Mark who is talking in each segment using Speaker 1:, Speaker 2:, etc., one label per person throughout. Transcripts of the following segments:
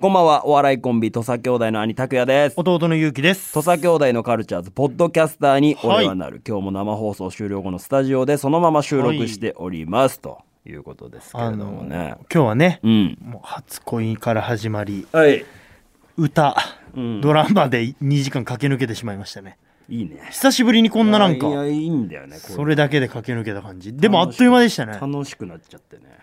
Speaker 1: こんばんは、お笑いコンビ、土佐兄弟の兄拓也です。
Speaker 2: 弟の結城です
Speaker 1: 土佐兄弟のカルチャーズ、ポッドキャスターに
Speaker 2: はい
Speaker 1: 俺はなる。今日も生放送終了後のスタジオでそのまま収録しております。ということですけれ
Speaker 2: あ
Speaker 1: ど
Speaker 2: の
Speaker 1: もね
Speaker 2: 今。日はね、
Speaker 1: うん。
Speaker 2: もう初恋から始まり
Speaker 1: はい。
Speaker 2: 歌、
Speaker 1: うん
Speaker 2: ドラマで2時間駆け抜けてしまいましたね
Speaker 1: いいね。
Speaker 2: 久しぶりにこんななんか
Speaker 1: いや、いやいいんだよね。こ
Speaker 2: それだけで駆け抜けた感じでもあっという間でしたね
Speaker 1: 楽しくなっちゃってね。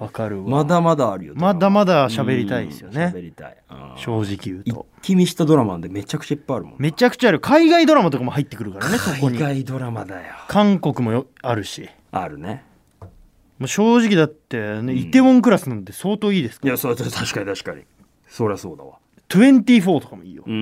Speaker 2: わかるわ
Speaker 1: まだまだあるよ。
Speaker 2: まだまだ喋りたいですよ
Speaker 1: うん
Speaker 2: ね
Speaker 1: 喋りたい。うん
Speaker 2: 正直言う
Speaker 1: 一
Speaker 2: と
Speaker 1: 気見したドラマでめちゃくちゃいっぱいあるもん。
Speaker 2: めちゃくちゃある海外ドラマとかも入ってくるからねそこ
Speaker 1: 海
Speaker 2: に
Speaker 1: 外ドラマだよ。
Speaker 2: 韓国もよあるし
Speaker 1: あるね。
Speaker 2: もう正直だってね、イテウォンクラスなんて相当いいです
Speaker 1: い
Speaker 2: から
Speaker 1: や、そう、確かに確かに。そりゃそうだわ。
Speaker 2: 24とかもいいよ
Speaker 1: うー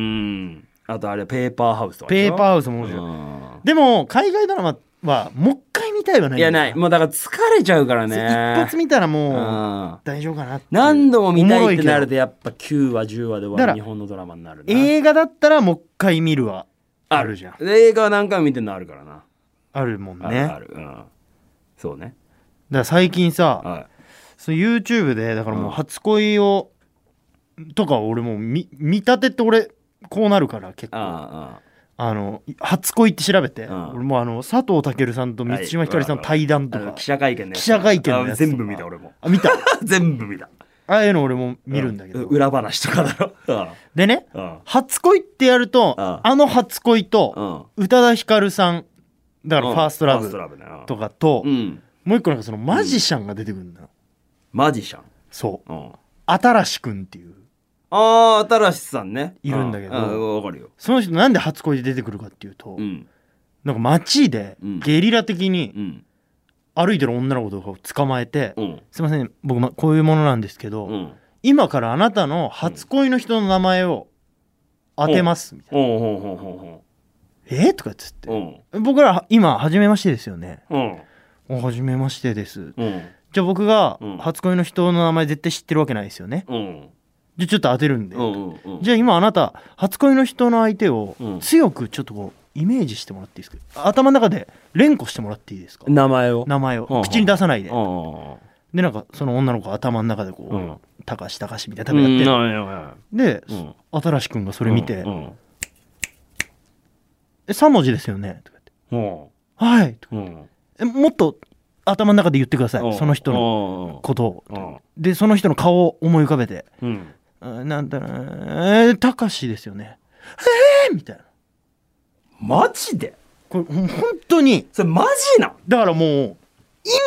Speaker 1: ん。あとあれ、ペーパーハウスとかで
Speaker 2: ペ
Speaker 1: しょ。
Speaker 2: ーパーハウスも面白いでも海外ドラマはもう一回見たいはな
Speaker 1: うん
Speaker 2: い
Speaker 1: いや、ない。もうだから疲れちゃうから
Speaker 2: 一
Speaker 1: ね。
Speaker 2: 発見たら
Speaker 1: う。
Speaker 2: もうん大丈夫かなっていう
Speaker 1: 何度も見たいってなる
Speaker 2: おもろい
Speaker 1: と、やっぱ9話、10話で終
Speaker 2: だ
Speaker 1: わ
Speaker 2: か
Speaker 1: る
Speaker 2: ら
Speaker 1: 日本のドラマになる
Speaker 2: け
Speaker 1: な。
Speaker 2: ど映画だったらもう一回見るはあるじゃん
Speaker 1: 映画は何回も見てるのあるからな。
Speaker 2: あるもんね
Speaker 1: あるあ
Speaker 2: だか
Speaker 1: る。うん。そうね。
Speaker 2: ら最近さ
Speaker 1: は
Speaker 2: その YouTube でだからもううん初恋をとか俺もう見見立てって俺こうなるから結
Speaker 1: い。
Speaker 2: 構
Speaker 1: あ
Speaker 2: あの初恋って調べて
Speaker 1: うん
Speaker 2: 俺もうあの佐藤健さんと満島ひかりさんの対談
Speaker 1: あ
Speaker 2: と
Speaker 1: あの。
Speaker 2: か
Speaker 1: 記者会見ね。
Speaker 2: 記者会見の
Speaker 1: あ
Speaker 2: やつとか
Speaker 1: 全部見た、俺も。
Speaker 2: あ見た
Speaker 1: 全部見た。
Speaker 2: ああいうの俺も見るんだ
Speaker 1: う
Speaker 2: けど
Speaker 1: 裏話とかだろ。
Speaker 2: でね
Speaker 1: うん。
Speaker 2: 初恋ってやると
Speaker 1: うん
Speaker 2: あの初恋と
Speaker 1: うん。
Speaker 2: 宇多田ヒカルさんだからファーストラ
Speaker 1: うんファースト
Speaker 2: ブ
Speaker 1: ラブだよ
Speaker 2: とかと
Speaker 1: うん。
Speaker 2: もう一個なんかそのマジシャンが出てくるんだよ、
Speaker 1: マジシャン。
Speaker 2: そう
Speaker 1: うん。
Speaker 2: 新しくんっていう
Speaker 1: ああ、新しさんね。
Speaker 2: いるんだけど
Speaker 1: ううんわかるよ。
Speaker 2: その人なんで初恋で出てくるかっていうと、
Speaker 1: うん。
Speaker 2: なんか街で
Speaker 1: うん
Speaker 2: ゲリラ的に
Speaker 1: うん。
Speaker 2: 歩いてる女の子とかを捕まえて「
Speaker 1: うん。
Speaker 2: すいません僕まこういうものなんですけど、
Speaker 1: うん。
Speaker 2: 今からあなたの初恋の人の名前を当てます」みたい
Speaker 1: ほうほうほうほ
Speaker 2: な「えーとかっつっ
Speaker 1: うほう。う
Speaker 2: て
Speaker 1: ん。
Speaker 2: 「僕ら今初めましてですよね」
Speaker 1: うん。
Speaker 2: お「初めましてです」
Speaker 1: うん。
Speaker 2: じゃあ僕が
Speaker 1: うん
Speaker 2: 初恋の人の名前絶対知ってるわけないですよね
Speaker 1: うん。
Speaker 2: じゃあちょっと当てるんで、
Speaker 1: うん。うん。
Speaker 2: じゃあ今あなた初恋の人の相手を
Speaker 1: うん
Speaker 2: 強くちょっとこうイメージしてもらっていいですか頭の中で連呼してもらっていいですか
Speaker 1: 名前を。
Speaker 2: 名前
Speaker 1: うんう
Speaker 2: を
Speaker 1: ん
Speaker 2: 口に出さないで
Speaker 1: うん。
Speaker 2: でなんかその女の子が頭の中で
Speaker 1: う
Speaker 2: こ
Speaker 1: ん
Speaker 2: う「たかし高し」みたいな
Speaker 1: うん。うん。
Speaker 2: 食べやっ
Speaker 1: や
Speaker 2: てで
Speaker 1: うん
Speaker 2: 新しくんがそ
Speaker 1: こ
Speaker 2: れ見て
Speaker 1: うん。うん
Speaker 2: 「え3文字ですよね」とか言って
Speaker 1: うん。
Speaker 2: 「はい」とか
Speaker 1: うん。
Speaker 2: えもっと頭の中で言ってくださ
Speaker 1: うん
Speaker 2: いその人の
Speaker 1: の
Speaker 2: ことを
Speaker 1: うん
Speaker 2: でその人の顔を思い浮かべて
Speaker 1: うん。
Speaker 2: 「あなんだろうえたかしですよね」えーみたいな
Speaker 1: マジで
Speaker 2: これほん本当に
Speaker 1: それマジな
Speaker 2: だからもう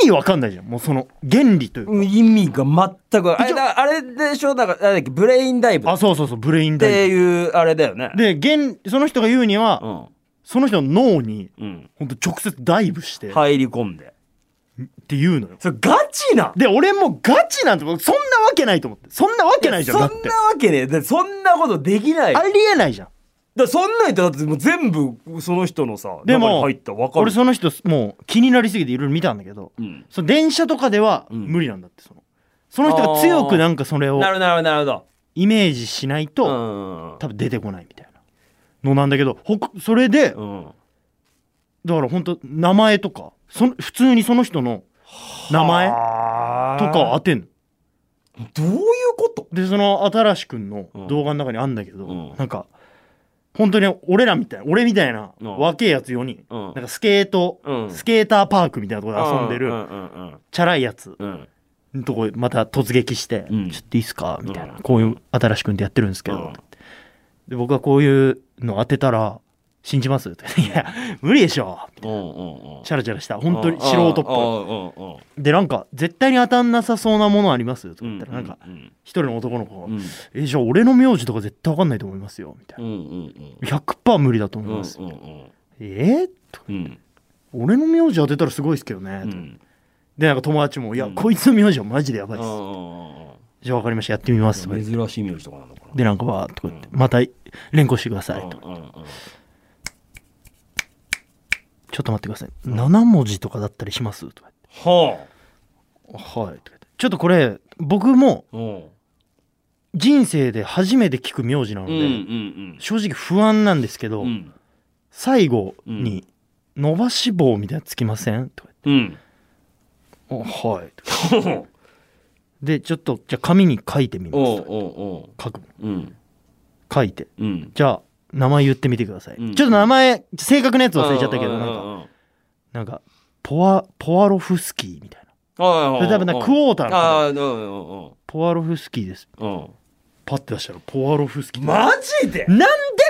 Speaker 2: 意味わかんないじゃんもうその原理というか、
Speaker 1: 意味が全く。あれだ、あれでしょだから、なんだっけ、ブレインダイブっ
Speaker 2: あそうそうそうブレインダ
Speaker 1: て
Speaker 2: イ
Speaker 1: いう、あれだよね。
Speaker 2: ブで原その人が言うには、
Speaker 1: うん。
Speaker 2: その人の脳に
Speaker 1: うん。
Speaker 2: 本当直接ダイブして、
Speaker 1: 入り込んで。
Speaker 2: って言うのよ
Speaker 1: それガチな
Speaker 2: で俺もうガチなんてそんなわけないと思ってそんなわけないじゃんだっ
Speaker 1: そん
Speaker 2: て
Speaker 1: なわけねえだってそんなことできない
Speaker 2: あ
Speaker 1: だか
Speaker 2: りえないじゃん
Speaker 1: らそんなん言ったらだってもう全部その人のさ
Speaker 2: で
Speaker 1: 中に
Speaker 2: も
Speaker 1: 入ったら分かる
Speaker 2: 俺その人もう気になりすぎていろいろ見たんだけど、
Speaker 1: うん
Speaker 2: その電車とかでは
Speaker 1: うん
Speaker 2: 無理なんだってそのその人が強くなんかそれを
Speaker 1: なるほどなるほどなるほど
Speaker 2: イメージしないと、多分出てこないみたいなのなんだけどほかそれで、
Speaker 1: うんうん
Speaker 2: だから本当名前とかその普通にその人の名前と
Speaker 1: あー
Speaker 2: かを当てんの
Speaker 1: どういうこと
Speaker 2: でその新しくんの
Speaker 1: うん
Speaker 2: 動画の中にあんだけど、
Speaker 1: うん
Speaker 2: なんか本当に俺らみたいな俺みたいな
Speaker 1: うん
Speaker 2: 若えやつ4人、
Speaker 1: うん
Speaker 2: なんかスケート、
Speaker 1: うん
Speaker 2: スケーターパークみたいなところで遊んでる、
Speaker 1: うんうん
Speaker 2: チャラいやつ
Speaker 1: うんうん
Speaker 2: のとこまた突撃して「
Speaker 1: うん
Speaker 2: ちょっといいっすか?」みたいな、
Speaker 1: うん
Speaker 2: こういう新しくんでやってるんですけど、
Speaker 1: うん
Speaker 2: で僕がこういうの当てたら「信じます?」って「いや無理でしょ」
Speaker 1: うんうんうん
Speaker 2: チャラチャラした本当に素人っぽい。
Speaker 1: うんうんうん
Speaker 2: でなんか絶対に当たんなさそうなものありますよとか言ったら、なんか
Speaker 1: うん
Speaker 2: 一人の男の子が「
Speaker 1: うん
Speaker 2: えじゃあ俺の名字とか絶対わかんないと思いますよ」みたい
Speaker 1: うんう
Speaker 2: な「
Speaker 1: ん
Speaker 2: 100%無理だと
Speaker 1: うん
Speaker 2: 思
Speaker 1: う
Speaker 2: い
Speaker 1: ん
Speaker 2: ます」
Speaker 1: うんうん
Speaker 2: えーとか
Speaker 1: うん
Speaker 2: 俺の名字当てたらすごいですけどね」
Speaker 1: う
Speaker 2: と
Speaker 1: ん
Speaker 2: か
Speaker 1: うん
Speaker 2: でなんか友達も「いや、
Speaker 1: うん
Speaker 2: こいつの名字はマジでやばいです」
Speaker 1: うん
Speaker 2: じゃあわかりましたやってみます」とか
Speaker 1: う
Speaker 2: 言
Speaker 1: ん
Speaker 2: って
Speaker 1: 珍しい名字とかなのかな
Speaker 2: でなんかわーっとか言って
Speaker 1: う
Speaker 2: 「また連呼してください」とか
Speaker 1: うんうんうん
Speaker 2: 「ちょっと待ってください7文字とかだったりします」とか
Speaker 1: は
Speaker 2: 言って「はい」とか言って「ちょっとこれ僕も
Speaker 1: あうん
Speaker 2: 人生で初めて聞く名字なの
Speaker 1: う
Speaker 2: で、
Speaker 1: んうん
Speaker 2: 正直不安なんですけど、
Speaker 1: うんうん
Speaker 2: 最後に「伸ばし棒みたいなのつきません?」とか
Speaker 1: うん
Speaker 2: 言って「あはい」とか
Speaker 1: ほう
Speaker 2: でちょっとじゃあ紙に書いてみま
Speaker 1: おう
Speaker 2: す
Speaker 1: おう
Speaker 2: 書く
Speaker 1: おううん
Speaker 2: 書いて
Speaker 1: うん
Speaker 2: じゃあ名前言ってみてください、
Speaker 1: うん
Speaker 2: ちょっと名前正確なやつ忘れちゃったけど
Speaker 1: うん
Speaker 2: な
Speaker 1: うんんう
Speaker 2: か
Speaker 1: んうん
Speaker 2: なんかポワポワロフスキーみたいな
Speaker 1: あ
Speaker 2: それ多分なクォーターの
Speaker 1: あ
Speaker 2: 方
Speaker 1: あうんうんうん
Speaker 2: ポワロフスキーです
Speaker 1: うん
Speaker 2: パッて出したらポワロフスキー
Speaker 1: マジで
Speaker 2: なんで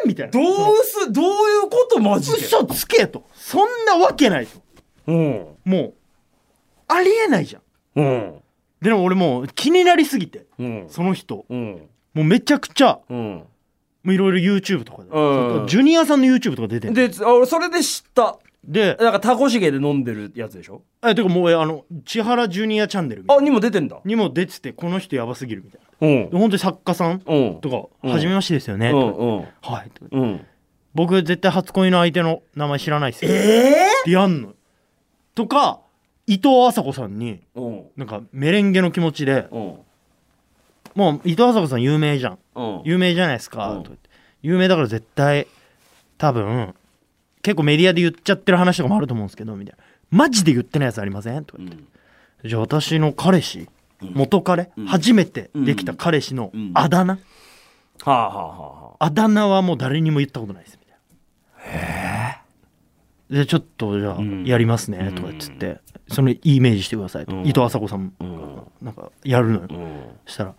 Speaker 2: みたいな
Speaker 1: どう
Speaker 2: その
Speaker 1: すどういうことマジで
Speaker 2: 嘘つけとそんなわけないと
Speaker 1: うん
Speaker 2: もうありえないじゃん
Speaker 1: うん
Speaker 2: でも俺もう気になりすぎて
Speaker 1: うん
Speaker 2: その人
Speaker 1: うん
Speaker 2: もうめちゃくちゃ
Speaker 1: うん
Speaker 2: もういろいろ YouTube とかで、
Speaker 1: うん
Speaker 2: ジュニアさんの YouTube とか出てるで
Speaker 1: であ俺それで知った
Speaker 2: で
Speaker 1: なんかタコシゲで飲んでるやつでしょ
Speaker 2: えてかもうえあの千原ジュニアチャンネルみたい
Speaker 1: あ
Speaker 2: な
Speaker 1: にも出てんだ
Speaker 2: にも出ててこの人やばすぎるみたいな
Speaker 1: うん
Speaker 2: で本当に作家さん
Speaker 1: うん
Speaker 2: とか「
Speaker 1: うん
Speaker 2: はじめましてですよね」
Speaker 1: う
Speaker 2: と
Speaker 1: ん
Speaker 2: か
Speaker 1: うん
Speaker 2: はい」とか
Speaker 1: うん
Speaker 2: 僕絶対初恋の相手の名前知らないっすよ」っ
Speaker 1: え
Speaker 2: てやんのよとか伊藤麻子さんに
Speaker 1: うん
Speaker 2: なんかメレンゲの気持ちで
Speaker 1: うん
Speaker 2: 「もう伊藤麻子さん有名じゃん
Speaker 1: うん
Speaker 2: 有名じゃないですか」
Speaker 1: うん
Speaker 2: とか言って有名だから絶対多分結構メディアで言っちゃってる話とかもあると思うんですけどみたいな「マジで言ってないやつありません?」とか
Speaker 1: う
Speaker 2: 言って
Speaker 1: ん
Speaker 2: じゃあ私の彼氏元彼、
Speaker 1: うん
Speaker 2: 初めてできた彼氏のあだ名、
Speaker 1: はあはあはあはあ
Speaker 2: あだ名はもう誰にも言ったことないですみたいなでちょっとじゃあ
Speaker 1: ん
Speaker 2: やりますねとかっつって、そのイメージしてくださいと、
Speaker 1: うん
Speaker 2: 伊藤麻子さん
Speaker 1: う
Speaker 2: も
Speaker 1: ん
Speaker 2: なんかやるのよ、
Speaker 1: うん
Speaker 2: したら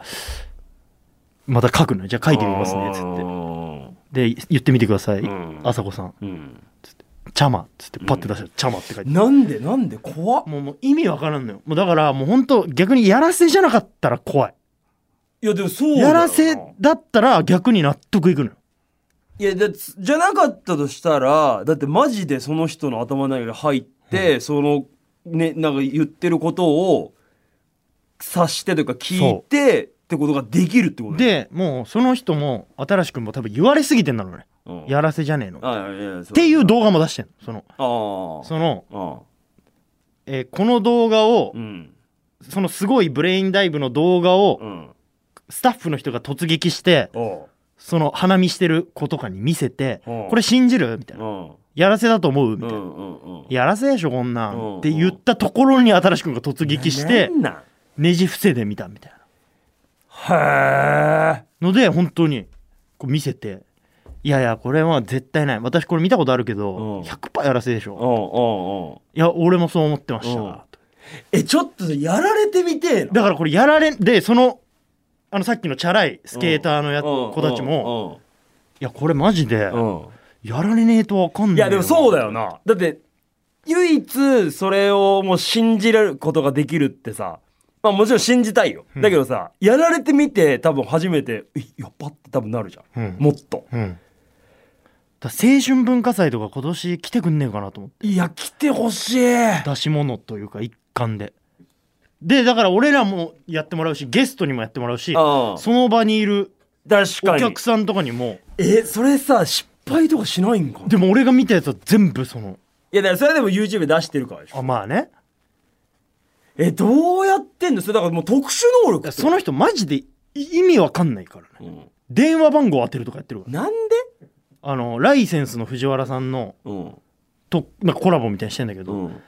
Speaker 2: また書くのよじゃあ書いてみますねっつってで言ってみてください、
Speaker 1: うん
Speaker 2: 麻子さん
Speaker 1: うん
Speaker 2: 「チャマ」っつってパッて出したら「チャマ」って書いて、
Speaker 1: なんでなんで怖っ
Speaker 2: もうもう意味わからんのよもうだからもう本当逆にやらせじゃなかったら怖い
Speaker 1: いやでもそうだよな
Speaker 2: やらせだったら逆に納得いくのよ
Speaker 1: いやだつじゃなかったとしたらだってマジでその人の頭の中に入って、そのねなんか言ってることを察してというか聞いてってことができるってことだよ、
Speaker 2: でもうその人も新しくも多分言われすぎてんだろうね
Speaker 1: うん、
Speaker 2: やらせじゃねえのっ
Speaker 1: あいやいやって
Speaker 2: いう動画も出してんのその
Speaker 1: ああ
Speaker 2: その、
Speaker 1: ああ
Speaker 2: えーこの動画を
Speaker 1: うん
Speaker 2: そのすごいブレインダイブの動画を
Speaker 1: うん
Speaker 2: スタッフの人が突撃して
Speaker 1: おう
Speaker 2: その花見してる子とかに見せて
Speaker 1: うん
Speaker 2: これ信じるみたいうなんやらせだと思うみ
Speaker 1: うん
Speaker 2: たいうなん
Speaker 1: うん
Speaker 2: やらせでしょこんな
Speaker 1: うん
Speaker 2: んって言ったところに新しくんが突撃して
Speaker 1: ななん
Speaker 2: ねじ伏せでみたみたい
Speaker 1: なんへえ
Speaker 2: なので本当にこう見せていやいやこれは絶対ない私これ見たことあるけ
Speaker 1: うん
Speaker 2: ど100%やらせでしょ
Speaker 1: おうおうおう
Speaker 2: いや俺もそう思ってまし
Speaker 1: うん
Speaker 2: た
Speaker 1: えちょっとやられてみてえな
Speaker 2: だからこれやられんでそのあのさっきのチャラいスケーターのや
Speaker 1: うん
Speaker 2: 子たちも
Speaker 1: う
Speaker 2: いやこれマジで
Speaker 1: んうんうん
Speaker 2: やられねえとわかんない
Speaker 1: いやでもそうだよなだって唯一それをもう信じられることができるってさまあもちろん信じたいよだけどさ、やられてみて多分初めてえやっぱって多分なるじゃん、
Speaker 2: うん
Speaker 1: もっと
Speaker 2: うんだ青春文化祭とか今年来てくんねえかなと思って
Speaker 1: いや来てほしい
Speaker 2: 出し物というか一環ででだから俺らもやってもらうしゲストにもやってもらうし
Speaker 1: ああ
Speaker 2: その場にいる
Speaker 1: 確か
Speaker 2: お
Speaker 1: に
Speaker 2: 客さんとかにも
Speaker 1: えそれさ失敗とかしないんかない
Speaker 2: でも俺が見たやつは全部その
Speaker 1: やだからそれでも YouTube 出してるからでしょ
Speaker 2: あまあね
Speaker 1: えどうやってんのそれだからもう特殊能力
Speaker 2: その人マジでい意味わかんないからね
Speaker 1: うん
Speaker 2: 電話番号当てるとかやってるから
Speaker 1: なんで
Speaker 2: あのライセンスの藤原さんの
Speaker 1: うん
Speaker 2: となんかコラボみたいにしてんだけど、
Speaker 1: うん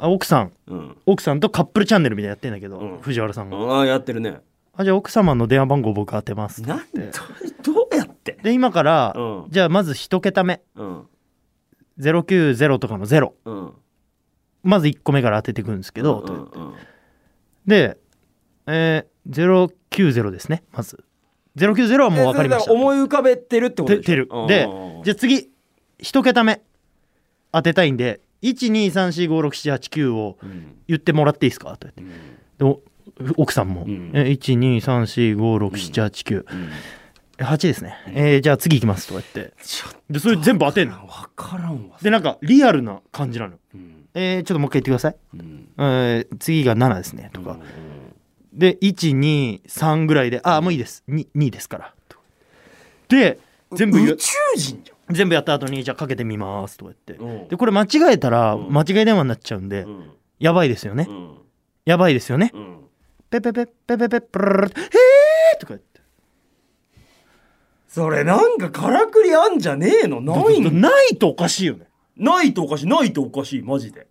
Speaker 2: あ奥さん
Speaker 1: うん
Speaker 2: 奥さんとカップルチャンネルみたいなのやってんだけど、
Speaker 1: うん
Speaker 2: 藤原さんが、
Speaker 1: ああやってるね
Speaker 2: あじゃあ奥様の電話番号僕当てます
Speaker 1: なんでど どうやって
Speaker 2: で今から、
Speaker 1: うん
Speaker 2: じゃあまず一桁目
Speaker 1: うん
Speaker 2: 090とかの0
Speaker 1: うん
Speaker 2: まず1個目から当てていくんですけど、
Speaker 1: うんうん
Speaker 2: で、えー、090ですねまず090はもう分かりまし
Speaker 1: えそれだら
Speaker 2: た
Speaker 1: 思い浮かべてるってこと
Speaker 2: て
Speaker 1: でしてょ
Speaker 2: るでじゃあ次一桁目当てたいんで123456789を
Speaker 1: うん
Speaker 2: 言ってもらっていいですかと言って
Speaker 1: うん
Speaker 2: でお奥さんも、
Speaker 1: うん
Speaker 2: え123456789、
Speaker 1: うん
Speaker 2: 8ですね、えーじゃあ次行きますとか言って
Speaker 1: ちょっ
Speaker 2: でそれ全部当てん
Speaker 1: と
Speaker 2: の
Speaker 1: わからんわ
Speaker 2: でなんかリアルな感じなの
Speaker 1: うん
Speaker 2: えー、ちょっともう一回言ってください、
Speaker 1: うん
Speaker 2: えー、次が7ですねと
Speaker 1: う
Speaker 2: か、
Speaker 1: ん
Speaker 2: で123ぐらいでああもういいです 2, 2ですからとかで全部言
Speaker 1: 宇
Speaker 2: う
Speaker 1: 宙人じ
Speaker 2: 全部やった後にじゃあかけてみますとか言
Speaker 1: ゃん
Speaker 2: って
Speaker 1: うん
Speaker 2: でこれ間違えたら
Speaker 1: うん
Speaker 2: 間違い電話になっちゃうんで、
Speaker 1: うん
Speaker 2: やばいですよね、
Speaker 1: うん
Speaker 2: やばいですよね
Speaker 1: うん
Speaker 2: ペペペペペペプルルルルへえとか言って
Speaker 1: それなんかからくりあんじゃねえのないん
Speaker 2: ないとおかしいよね
Speaker 1: ないとおかしいないとおかしいマジで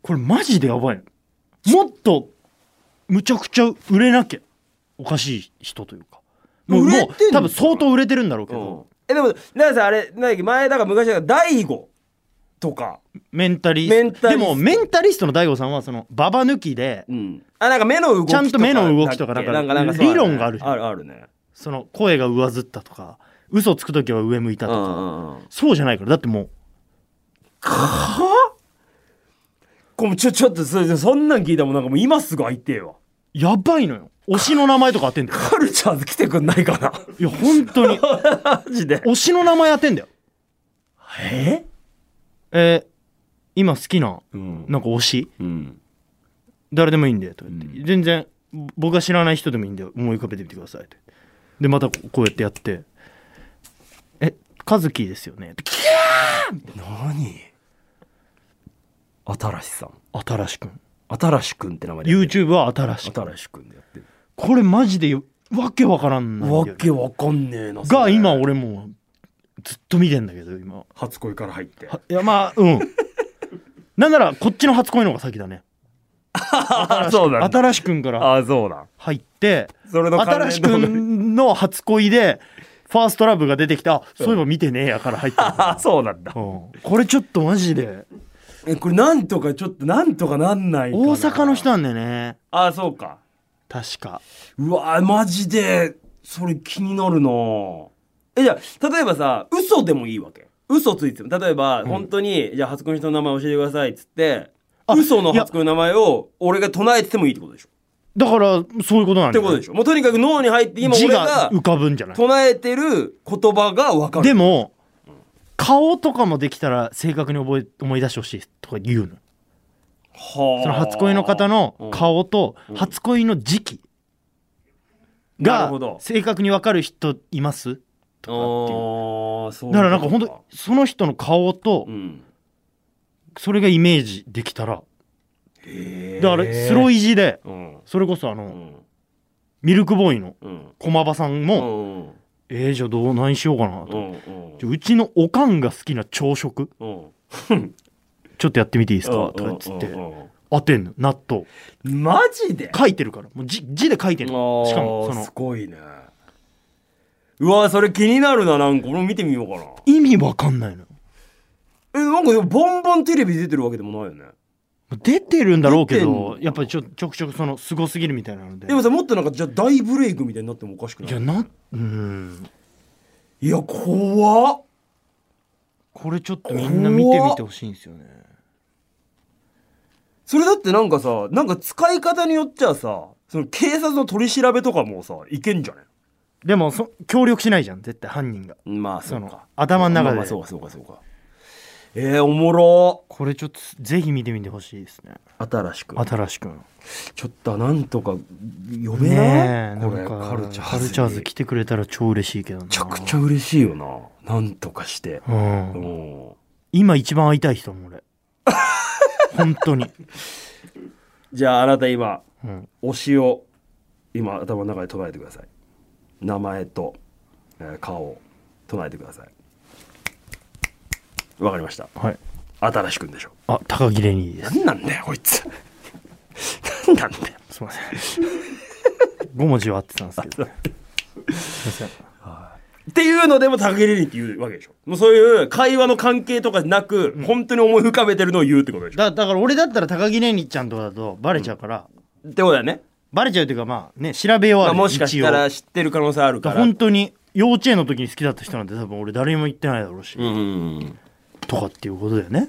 Speaker 2: これマジでやばいのもっとむちゃくちゃ売れなきゃおかしい人というかもう
Speaker 1: 売れ
Speaker 2: も
Speaker 1: てんの
Speaker 2: う多分相当売れてるんだろうけ
Speaker 1: うん
Speaker 2: ど、
Speaker 1: えでもなんかさあれなんだっけ前だから昔だから大悟とか、
Speaker 2: メンタリ
Speaker 1: メン
Speaker 2: ス
Speaker 1: タ
Speaker 2: ト
Speaker 1: リ
Speaker 2: で
Speaker 1: スト
Speaker 2: もメンタリストの大悟さんはそのババ抜きで
Speaker 1: うん、あなんか目の動き
Speaker 2: ちゃんと目の動きとか
Speaker 1: だっけ
Speaker 2: なんか
Speaker 1: そう
Speaker 2: 理論があるじゃん
Speaker 1: あるあるね
Speaker 2: その声が上ずったとか嘘つく時は上向いた
Speaker 1: うん
Speaker 2: と
Speaker 1: う
Speaker 2: か
Speaker 1: んうん
Speaker 2: そうじゃないからだってもう
Speaker 1: これちょちょっとそそんなん聞いたらもうなんかもう今すぐ会いてえわ
Speaker 2: やばいのよ推しの名前とか当てんだよ
Speaker 1: カルチャーズ来てくんないかな
Speaker 2: いや本当に
Speaker 1: マジで
Speaker 2: 推しの名前当てんだよ
Speaker 1: え
Speaker 2: えー今好きな
Speaker 1: うん
Speaker 2: なんか推し
Speaker 1: うん
Speaker 2: 誰でもいいんでとか言って、
Speaker 1: うん
Speaker 2: 全然ぼ僕が知らない人でもいいんで思い浮かべてみてくださいってでまたこうやってやって「え和樹ですよね」って
Speaker 1: 何新しさん
Speaker 2: 新しくん
Speaker 1: 新しくんって名前で
Speaker 2: YouTube は新しくん
Speaker 1: 新しくんでやってる
Speaker 2: これマジでわけわからんないんだよ
Speaker 1: わ
Speaker 2: ね
Speaker 1: けわかんねえなそれ
Speaker 2: が今俺もうずっと見てんだけど今
Speaker 1: 初恋から入って
Speaker 2: いやまあうん なんならこっちの初恋の方が先だね
Speaker 1: あそうだ
Speaker 2: 新しくんから
Speaker 1: あそうだ
Speaker 2: 入って
Speaker 1: それの関連
Speaker 2: 新しくんの初恋でファーストラブが出てきたあそういえば見てねえやから入ったんだ
Speaker 1: あ そうなんだ
Speaker 2: うんこれちょっとマジで
Speaker 1: えこれなんとかちょっとなんとかなんないかな
Speaker 2: 大阪の人なんだよね
Speaker 1: あそうか
Speaker 2: 確か
Speaker 1: うわマジでそれ気になるなえじゃあ例えばさ嘘でもいいわけ嘘ついても例えば、
Speaker 2: ん
Speaker 1: 本当にじゃあ初恋の人の名前教えてくださいっつって
Speaker 2: あ
Speaker 1: 嘘の
Speaker 2: いや
Speaker 1: 初恋の名前を俺が唱えててもいいってことでしょ
Speaker 2: だからそういうことなん
Speaker 1: っ
Speaker 2: だ
Speaker 1: て
Speaker 2: よ
Speaker 1: ことでしょもうとにかく脳に入って今
Speaker 2: 字
Speaker 1: 俺
Speaker 2: が
Speaker 1: が
Speaker 2: 浮かぶんじゃない
Speaker 1: 唱えてる言葉が分かる
Speaker 2: でも顔とかもできたら正確に覚え思い出してほしいとか言うの
Speaker 1: はあ
Speaker 2: その初恋の方の顔と
Speaker 1: うん
Speaker 2: 初恋の時期
Speaker 1: なる
Speaker 2: が
Speaker 1: ほど
Speaker 2: 正確に分かる人います
Speaker 1: あ
Speaker 2: とかっていう
Speaker 1: ーそう
Speaker 2: だからなんか本当その人の顔と
Speaker 1: うん
Speaker 2: それがイメージできたら
Speaker 1: へ
Speaker 2: だからスロ
Speaker 1: い
Speaker 2: イジで
Speaker 1: うん
Speaker 2: それこそあ
Speaker 1: う
Speaker 2: の
Speaker 1: ん
Speaker 2: ミルクボーイの
Speaker 1: うん
Speaker 2: 駒場さん
Speaker 1: う
Speaker 2: も
Speaker 1: んうん
Speaker 2: えーじゃあどう何しようかな
Speaker 1: う
Speaker 2: と
Speaker 1: んうん
Speaker 2: じゃあうちのおかんが好きな朝食
Speaker 1: うん
Speaker 2: ちょっとやってみていいですか
Speaker 1: うん
Speaker 2: とかっつっ
Speaker 1: う
Speaker 2: て
Speaker 1: んうん
Speaker 2: 当てんの納豆
Speaker 1: うんマジで
Speaker 2: 書いてるからもう字字で書いてるしか
Speaker 1: あー
Speaker 2: もその
Speaker 1: すごいねうわそれ気になるななんか俺も見てみようかな
Speaker 2: 意味わかんないのよ
Speaker 1: えなんかでもボンボンテレビ出てるわけでもないよね
Speaker 2: 出てるんだろうけ
Speaker 1: 出てんの
Speaker 2: どやっぱりちょちょくちょくそのすごすぎるみたいなので
Speaker 1: でもさもっとなんかじゃあ大ブレイクみたいになってもおかしくない
Speaker 2: いやなうん
Speaker 1: いや怖っ
Speaker 2: これちょっとみんな見てみてほしいんですよね
Speaker 1: それだってなんかさなんか使い方によっちゃさその警察の取り調べとかもさいけんじゃね
Speaker 2: でもそ協力しないじゃん絶対犯人が
Speaker 1: まあ
Speaker 2: その頭の中
Speaker 1: まあまあそう
Speaker 2: で
Speaker 1: かそうかそうかえー、おもろ
Speaker 2: これちょっとぜひ見てみてほしいですね
Speaker 1: 新しく
Speaker 2: 新しくん
Speaker 1: ちょっとなんとか呼べ
Speaker 2: ねえ
Speaker 1: ない
Speaker 2: な
Speaker 1: これ
Speaker 2: んか
Speaker 1: カルチャーズ
Speaker 2: カルチャーズ来てくれたら超嬉しいけどな
Speaker 1: めちゃくちゃ嬉しいよななんとかして
Speaker 2: う
Speaker 1: うんん
Speaker 2: 今一番会いたい人も 俺本当に、
Speaker 1: じゃああなた今
Speaker 2: うん、
Speaker 1: 推しを今頭の中で唱えてください名前と、えー顔を唱えてくださいわかりました
Speaker 2: はい
Speaker 1: 新しくんでしょ
Speaker 2: あ高木レニーです
Speaker 1: 何なんだよこいつ何なんだよ
Speaker 2: すみません。5文字は合ってたんですけど。すいません。
Speaker 1: っていうのでも高木リリーって言うわけでしょもうそういう会話の関係とかなく、本当に思い浮かべてるのを言うってことでしょ
Speaker 2: だだから俺だったら高木玲にちゃんとかだとバレちゃうから、
Speaker 1: ってことだよね、
Speaker 2: バレちゃうというかまあね調べよう
Speaker 1: ま
Speaker 2: あ
Speaker 1: あ、
Speaker 2: る
Speaker 1: もしかした
Speaker 2: 一応
Speaker 1: ら知ってる可能性ある
Speaker 2: だ
Speaker 1: か
Speaker 2: から
Speaker 1: ら
Speaker 2: 本当に幼稚園の時に好きだった人なんて多分俺誰にも言ってないだろうし、
Speaker 1: うん
Speaker 2: とかっていうことだよね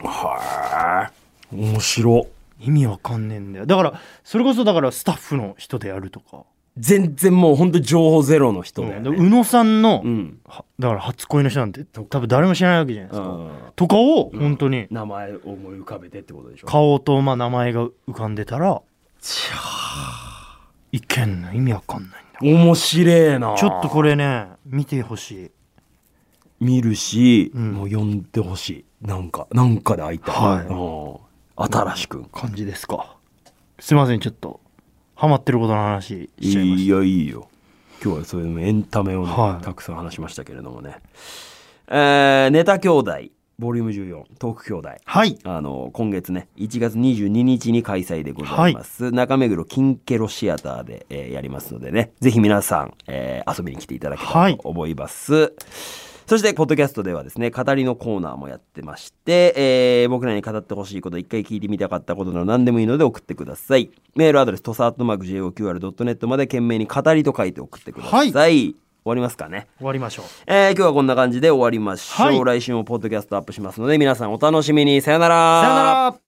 Speaker 1: はあ面白
Speaker 2: 意味わかんねえんだよだからそれこそだからスタッフの人でやるとか、
Speaker 1: 全然もう本当情報ゼロの人だよ
Speaker 2: で
Speaker 1: ね
Speaker 2: 宇野さんの、
Speaker 1: うん
Speaker 2: はだから初恋の人なんて多分誰も知らないわけじゃないですか、
Speaker 1: うん
Speaker 2: とかを本当に
Speaker 1: 名前を思い浮かべてってことでしょ
Speaker 2: 顔とまあ名前が浮かんでたらいけんの意味わかんないんだ
Speaker 1: 面白えな
Speaker 2: ちょっとこれね見てほしい
Speaker 1: 見るし、
Speaker 2: ん
Speaker 1: もう呼んでほしいなんかなんかで会いたい、
Speaker 2: はい
Speaker 1: うん新しくん
Speaker 2: 感じですかすいませんちょっとハマってることの話しちゃいまし
Speaker 1: いやいいよ今日はそういうエンタメをね、
Speaker 2: はい
Speaker 1: たくさん話しましたけれどもねえーネタ兄弟ボリューム14トーク兄弟
Speaker 2: はい。
Speaker 1: あの今月ね1月22日に開催でございます、中目黒金ケロシアターで、えーやりますのでねぜひ皆さん、えー遊びに来ていただけた
Speaker 2: は
Speaker 1: ら
Speaker 2: い
Speaker 1: と思います、そしてポッドキャストではですね語りのコーナーもやってまして、えー僕らに語ってほしいこと一回聞いてみたかったことなど何でもいいので送ってくださいメールアドレスとさっとマーク JOQR.net まで懸命に語りと書いて送ってください、終わりますかね
Speaker 2: 終わりましょう。
Speaker 1: えー今日はこんな感じで終わりましょう、
Speaker 2: はい
Speaker 1: 来週もポッドキャストアップしますので皆さんお楽しみにさよなら
Speaker 2: さよなら。